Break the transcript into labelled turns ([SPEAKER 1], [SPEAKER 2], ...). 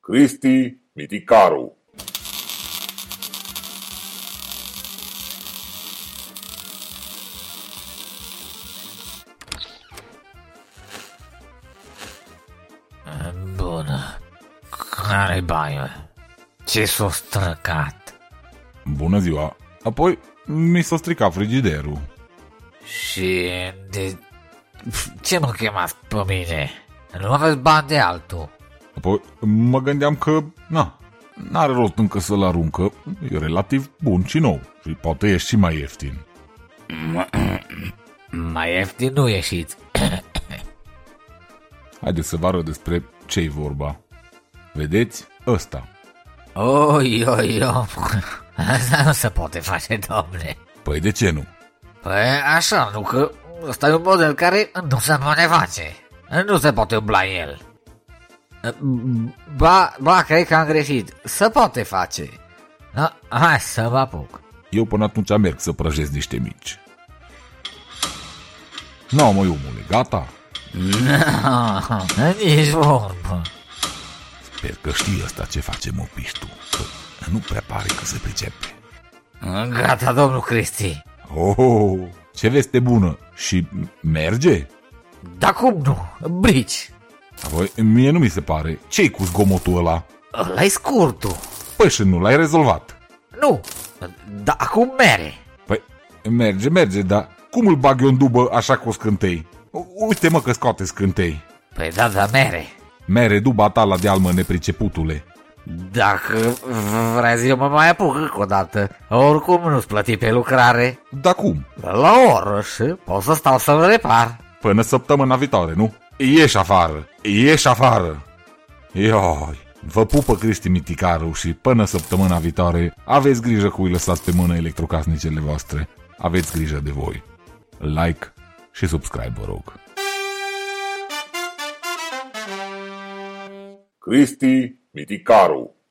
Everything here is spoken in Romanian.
[SPEAKER 1] Cristi Miticaru
[SPEAKER 2] Bună. Care baie? Ce s-o străcat?
[SPEAKER 3] Bună ziua! Apoi mi s-a stricat frigiderul.
[SPEAKER 2] Și de... Ce mă chemați pe mine? Nu aveți bani de altul.
[SPEAKER 3] Apoi mă gândeam că, na, n-are rost încă să-l aruncă, e relativ bun și nou și poate e și mai ieftin.
[SPEAKER 2] Mai ieftin nu ieșiți.
[SPEAKER 3] Haideți să vă arăt despre ce-i vorba. Vedeți? Ăsta.
[SPEAKER 2] Oi, oi, oi. Asta nu se poate face, domne.
[SPEAKER 3] Păi de ce nu?
[SPEAKER 2] Păi așa, nu că ăsta e un model care nu se poate face. Nu se poate umbla el. Ba, ba, cred că am greșit. Se poate face. A, hai să mă apuc.
[SPEAKER 3] Eu până atunci merg să prăjesc niște mici. Nu, măi, omule, gata?
[SPEAKER 2] Nici vorbă.
[SPEAKER 3] Sper că știi ăsta ce face mopiștul. Că nu prea pare că se pricepe.
[SPEAKER 2] Gata, domnul Cristi.
[SPEAKER 3] Oh, ce veste bună! Și merge?
[SPEAKER 2] Dar cum nu? Brici.
[SPEAKER 3] Apoi, mie nu mi se pare. Ce-i cu zgomotul ăla?
[SPEAKER 2] Ăla-i scurtul.
[SPEAKER 3] Păi și nu l-ai rezolvat.
[SPEAKER 2] Nu. Dar acum mere.
[SPEAKER 3] Păi, merge, merge, dar cum îl bag eu în dubă așa cu scântei? U- Uite mă că scoate scântei.
[SPEAKER 2] Păi da, da, mere.
[SPEAKER 3] Mere duba ta la dealmă nepriceputule.
[SPEAKER 2] Dacă vreți eu mă mai apuc încă o dată. Oricum nu-ți plăti pe lucrare.
[SPEAKER 3] Dar cum?
[SPEAKER 2] La o oră și pot să stau să-l repar.
[SPEAKER 3] Până săptămâna viitoare, nu? Ieși afară! Ieși afară! Ioi! Vă pupă Cristi Miticaru și până săptămâna viitoare aveți grijă cu îi lăsați pe mână electrocasnicele voastre. Aveți grijă de voi. Like și subscribe, vă rog.
[SPEAKER 1] Cristi Miticaru